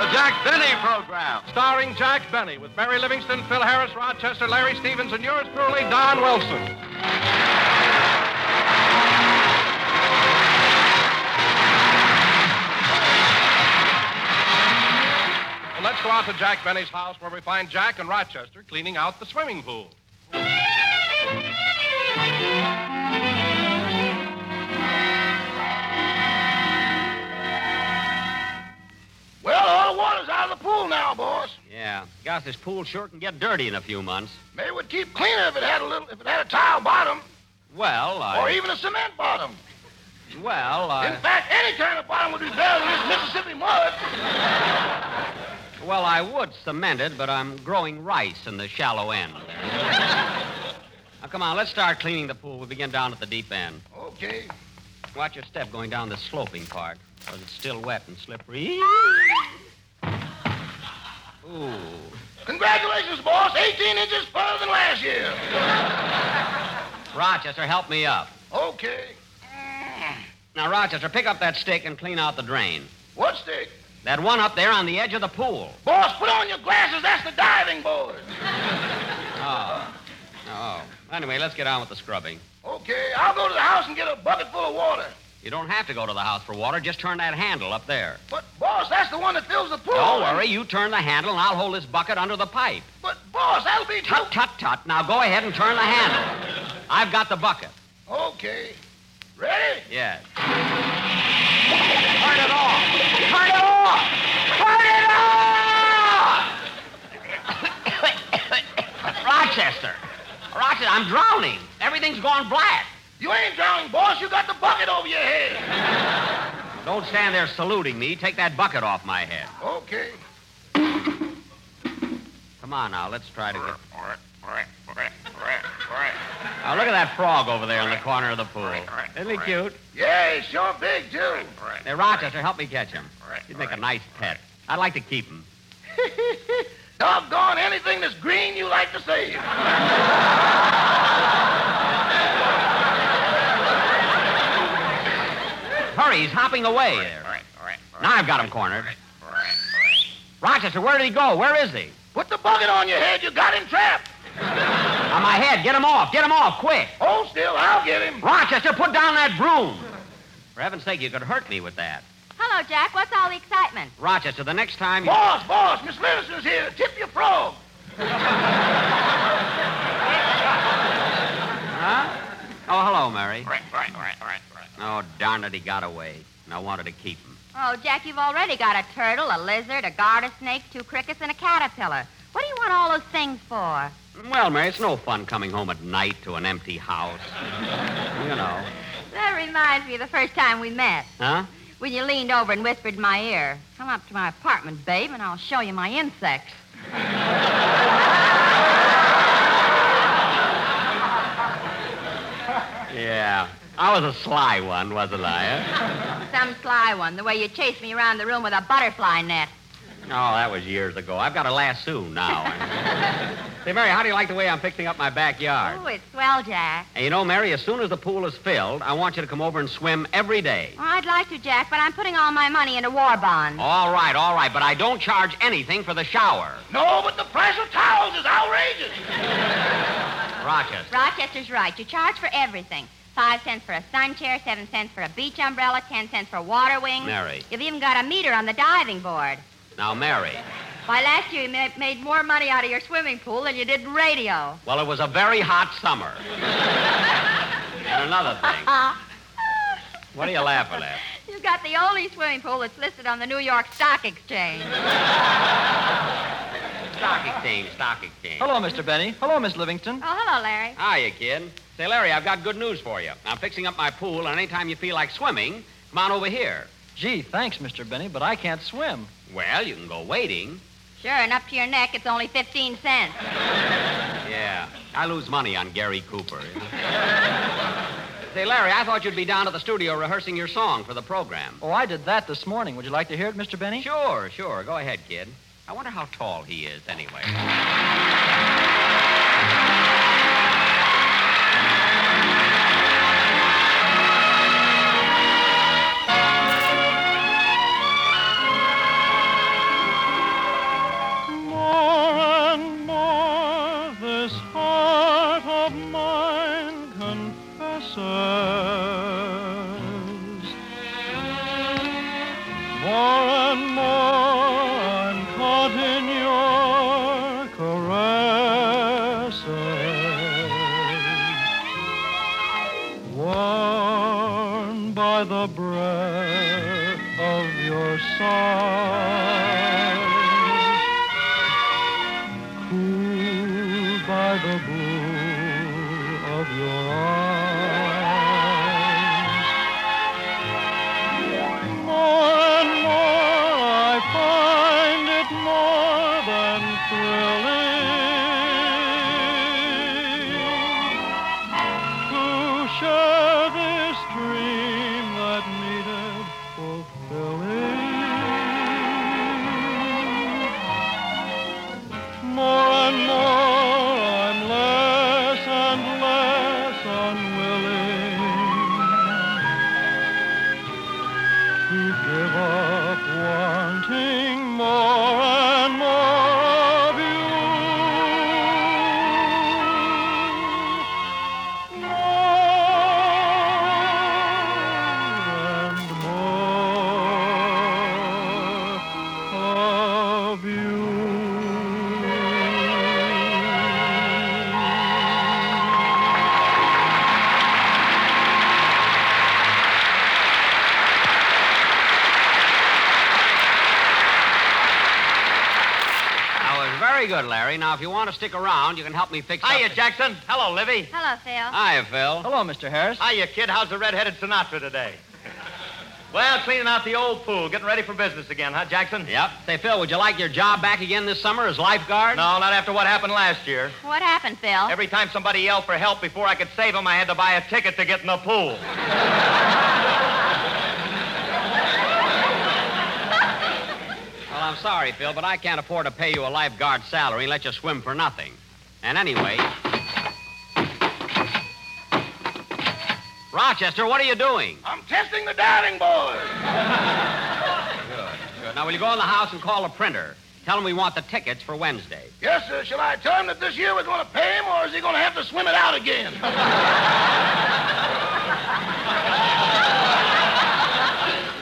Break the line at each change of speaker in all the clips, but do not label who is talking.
The Jack Benny Program, starring Jack Benny with Mary Livingston, Phil Harris, Rochester, Larry Stevens, and yours truly, Don Wilson. Well, let's go out to Jack Benny's house where we find Jack and Rochester cleaning out the swimming pool.
Well, all the water's out of the pool now, boss.
Yeah. Gosh, this pool sure can get dirty in a few months.
Maybe it would keep cleaner if it had a little, if it had a tile bottom,
Well, I.
or even a cement bottom.
Well,
In
I.
fact, any kind of bottom would be better than this Mississippi mud.
Well, I would cement it, but I'm growing rice in the shallow end. now, come on, let's start cleaning the pool. We'll begin down at the deep end.
Okay.
Watch your step going down the sloping part, because it's still wet and slippery. Ooh.
Congratulations, boss. 18 inches further than last year.
Rochester, help me up.
Okay.
Now, Rochester, pick up that stick and clean out the drain.
What stick?
That one up there on the edge of the pool.
Boss, put on your glasses. That's the diving board.
Oh. Anyway, let's get on with the scrubbing.
Okay, I'll go to the house and get a bucket full of water.
You don't have to go to the house for water. Just turn that handle up there.
But, boss, that's the one that fills the pool.
Don't worry. You turn the handle, and I'll hold this bucket under the pipe.
But, boss, that'll be too...
Tut, tut, tut. Now go ahead and turn the handle. I've got the bucket.
Okay. Ready?
Yes. Turn it off. Turn it off. Turn it off. Rochester. Rochester, I'm drowning. Everything's gone black.
You ain't drowning, boss. You got the bucket over your head.
Don't stand there saluting me. Take that bucket off my head.
Okay.
Come on now, let's try to get. Now look at that frog over there in the corner of the pool. Isn't he cute?
Yeah, he's sure big, too.
Hey, Rochester, help me catch him. He'd make a nice pet. I'd like to keep him.
Doggone anything that's green you like to save.
Hurry, he's hopping away there. Now I've got him cornered. Rochester, where did he go? Where is he?
Put the bucket on your head. You got him trapped.
On my head. Get him off. Get him off, quick.
Hold still. I'll get him.
Rochester, put down that broom. For heaven's sake, you could hurt me with that.
Hello, Jack. What's all the excitement?
Rochester, the next time you.
Boss, boss, Miss Livingston's here. Tip your frog.
Oh, hello, Mary. Oh, darn it, he got away. And I wanted to keep him.
Oh, Jack, you've already got a turtle, a lizard, a garter snake, two crickets, and a caterpillar. What do you want all those things for?
Well, Mary, it's no fun coming home at night to an empty house. you know.
That reminds me of the first time we met,
Huh?
when you leaned over and whispered in my ear, Come up to my apartment, babe, and I'll show you my insects.
Yeah. I was a sly one, wasn't I? eh?
Some sly one, the way you chased me around the room with a butterfly net.
Oh, that was years ago. I've got a lasso now. Say, Mary, how do you like the way I'm fixing up my backyard?
Oh, it's swell, Jack.
And you know, Mary, as soon as the pool is filled, I want you to come over and swim every day.
Well, I'd like to, Jack, but I'm putting all my money into war bonds.
All right, all right, but I don't charge anything for the shower.
No, but the price of towels is outrageous.
Rochester.
Rochester's right. You charge for everything. Five cents for a sun chair, seven cents for a beach umbrella, ten cents for water wings.
Mary.
You've even got a meter on the diving board.
Now, Mary.
Why, last year you ma- made more money out of your swimming pool than you did radio.
Well, it was a very hot summer. and another thing. What are you laughing at?
You've got the only swimming pool that's listed on the New York Stock Exchange. Oh,
Stock exchange, stock exchange.
Hello, Mr. Benny. Hello, Miss Livingston.
Oh, hello, Larry.
Hiya, kid. Say, Larry, I've got good news for you. I'm fixing up my pool, and anytime you feel like swimming, come on over here.
Gee, thanks, Mr. Benny, but I can't swim.
Well, you can go wading.
Sure, and up to your neck, it's only 15 cents.
Yeah. I lose money on Gary Cooper. Say, Larry, I thought you'd be down at the studio rehearsing your song for the program.
Oh, I did that this morning. Would you like to hear it, Mr. Benny?
Sure, sure. Go ahead, kid. I wonder how tall he is, anyway.
More and more this heart of mine confesses. More and more I'm caught in your caresses. Warmed by the breath of your sighs cooled by the blue of your eyes. More and more I find it more than thrilling to share this dream that needed fulfilling. More and more I'm less and less unwilling to give up wanting more and more of you. More and more of you.
That was very good, Larry. Now, if you want to stick around, you can help me fix
Hiya,
up...
Jackson. Hello, Livy.
Hello, Phil.
Hiya, Phil.
Hello, Mr. Harris.
Hiya, kid. How's the red-headed Sinatra today? Well, cleaning out the old pool, getting ready for business again, huh, Jackson?
Yep. Say, Phil, would you like your job back again this summer as lifeguard?
No, not after what happened last year.
What happened, Phil?
Every time somebody yelled for help before I could save them, I had to buy a ticket to get in the pool.
Well, I'm sorry, Phil, but I can't afford to pay you a lifeguard salary and let you swim for nothing. And anyway. Rochester, what are you doing?
I'm testing the diving board.
Good. Now, will you go in the house and call the printer? Tell him we want the tickets for Wednesday.
Yes, sir. Shall I tell him that this year we're going to pay him, or is he going to have to swim it out again?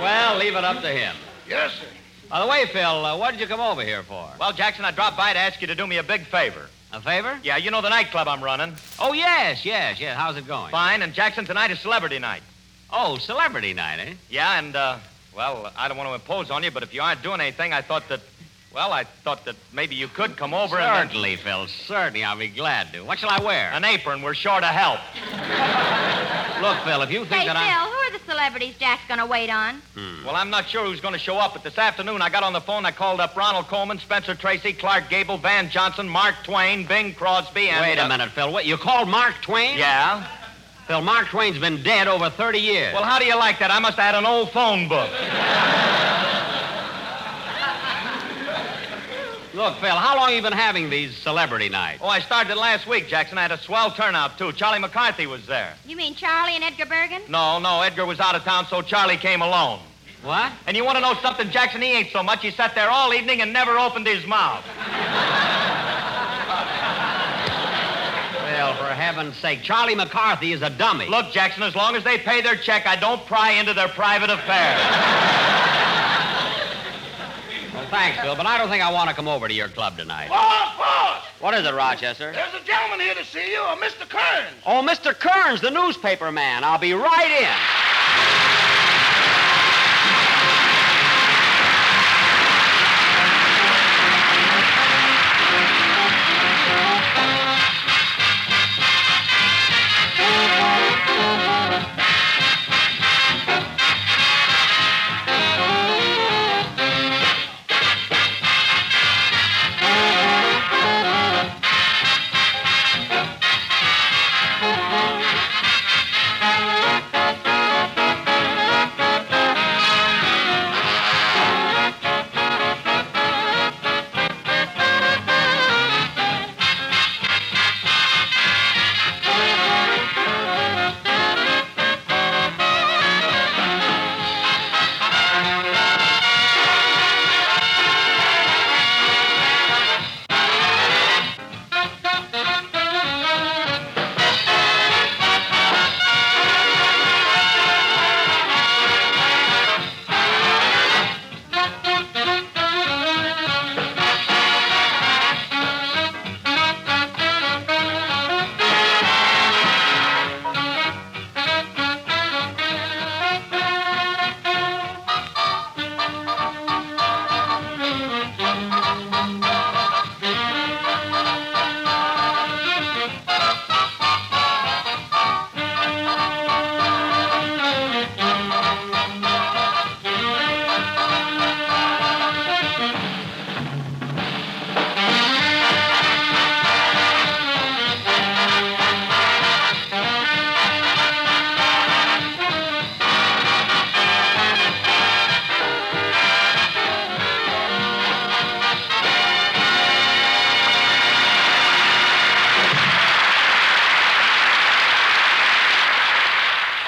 Well, leave it up to him.
yes, sir.
By the way, Phil, uh, what did you come over here for?
Well, Jackson, I dropped by to ask you to do me a big favor.
A favor?
Yeah, you know the nightclub I'm running.
Oh, yes, yes, yes. How's it going?
Fine, and Jackson, tonight is celebrity night.
Oh, celebrity night, eh?
Yeah, and, uh, well, I don't want to impose on you, but if you aren't doing anything, I thought that, well, I thought that maybe you could come over and...
Certainly, Phil. Certainly, I'll be glad to. What shall I wear?
An apron, we're short of help.
Look, Phil, if you
Hey,
think
Phil,
that I'm.
who are the celebrities Jack's going to wait on?
Well, I'm not sure who's going to show up, but this afternoon I got on the phone. I called up Ronald Coleman, Spencer Tracy, Clark Gable, Van Johnson, Mark Twain, Bing Crosby, and.
Wait
uh,
a minute, Phil. What, you called Mark Twain?
Yeah?
Phil, Mark Twain's been dead over 30 years.
Well, how do you like that? I must have had an old phone book.
look, Phil, how long you been having these celebrity nights?
Oh, I started last week, Jackson. I had a swell turnout, too. Charlie McCarthy was there.
You mean Charlie and Edgar Bergen?
Mm.
No, no, Edgar was out of town, so Charlie came alone.
What?
And you want to know something, Jackson? He ain't so much. He sat there all evening and never opened his mouth.
Well, Phil, for heaven's sake. Charlie McCarthy is a dummy.
Look, Jackson, as long as they pay their check, I don't pry into their private affairs.
Well, thanks, Phil, but I don't think I want to come over to your club tonight.
Boss, boss!
What is it, Rochester?
There's a gentleman here to see you, a Mr. Kearns.
Oh, Mr. Kearns, the newspaper man. I'll be right in.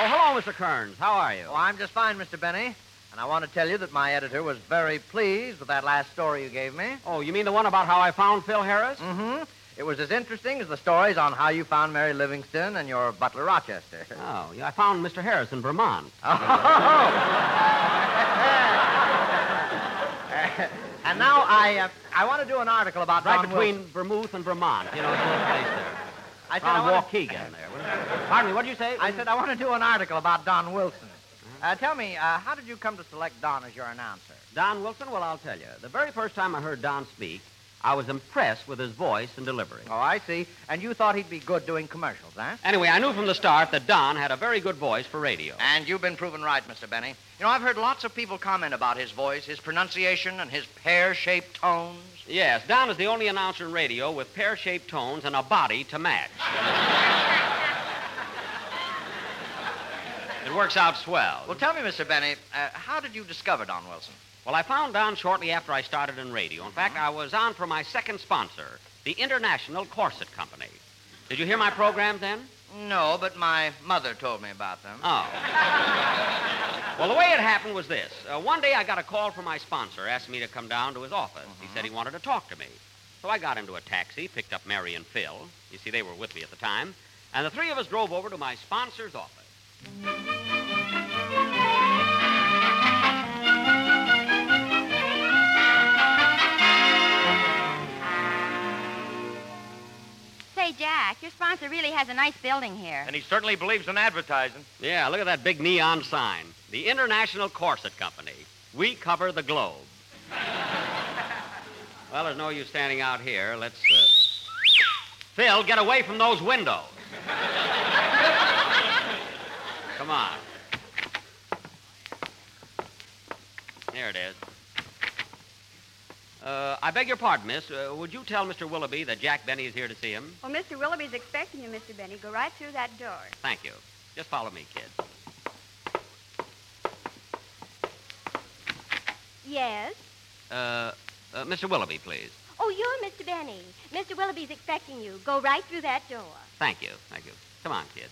Oh, hello, Mr. Kearns. How are you?
Oh, I'm just fine, Mr. Benny. And I want to tell you that my editor was very pleased with that last story you gave me.
Oh, you mean the one about how I found Phil Harris?
Mm.
Mm-hmm. It was as interesting as the stories on how you found Mary Livingston and your butler Rochester.
Oh, yeah, I found Mr. Harris in Vermont.
Oh.
and now I, uh, I want to do an article about
right
Don
between
Wilson.
Vermouth and Vermont. You know, it's a little place there.
I said
Around
I want
Waukegan there. What is it? Pardon me, what did you say?
I said I want to do an article about Don Wilson. Uh, tell me, uh, how did you come to select Don as your announcer?
Don Wilson? Well, I'll tell you. The very first time I heard Don speak, I was impressed with his voice and delivery.
Oh, I see. And you thought he'd be good doing commercials, huh?
Anyway, I knew from the start that Don had a very good voice for radio.
And you've been proven right, Mr. Benny. You know, I've heard lots of people comment about his voice, his pronunciation, and his pear shaped tones.
Yes, Don is the only announcer in radio with pear shaped tones and a body to match. it works out swell.
Well, tell me, Mr. Benny, uh, how did you discover Don Wilson?
Well, I found Don shortly after I started in radio. In fact, I was on for my second sponsor, the International Corset Company. Did you hear my program then?
No, but my mother told me about them.
Oh. well, the way it happened was this. Uh, one day I got a call from my sponsor, asked me to come down to his office. He said he wanted to talk to me. So I got into a taxi, picked up Mary and Phil. You see, they were with me at the time. And the three of us drove over to my sponsor's office.
Say, Jack, your sponsor really has a nice building here.
and he certainly believes in advertising.
Yeah, look at that big neon sign. The International Corset Company. We cover the globe. well, there's no use standing out here. Let's. Uh... Phil, get away from those windows. Come on. There it is. Uh, I beg your pardon, miss. Uh, would you tell Mr. Willoughby that Jack Benny is here to see him?
Well, Mr. Willoughby's expecting you, Mr. Benny. Go right through that door.
Thank you. Just follow me, kid.
Yes?
Uh, uh, Mr. Willoughby, please.
Oh, you're Mr. Benny. Mr. Willoughby's expecting you. Go right through that door.
Thank you. Thank you. Come on, kid.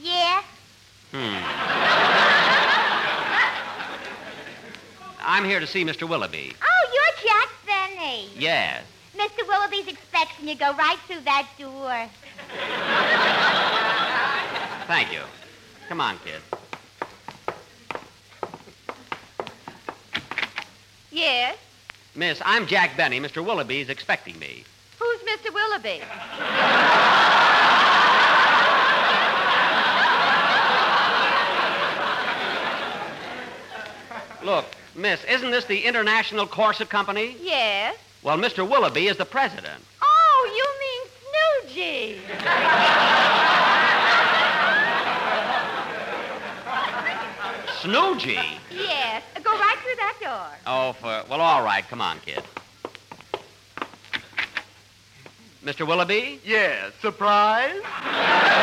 Yeah?
I'm here to see Mr. Willoughby.
Oh, you're Jack Benny.
Yes.
Mr. Willoughby's expecting you. Go right through that door.
Thank you. Come on, kid.
Yes?
Miss, I'm Jack Benny. Mr. Willoughby's expecting me.
Who's Mr. Willoughby?
Look, miss, isn't this the International Corset Company?
Yes?
Well, Mr. Willoughby is the president.
Oh, you mean Snoogie.
Snoogie?
yes. Go right through that door.
Oh, for. Well, all right. Come on, kid. Mr. Willoughby?
Yes, surprise?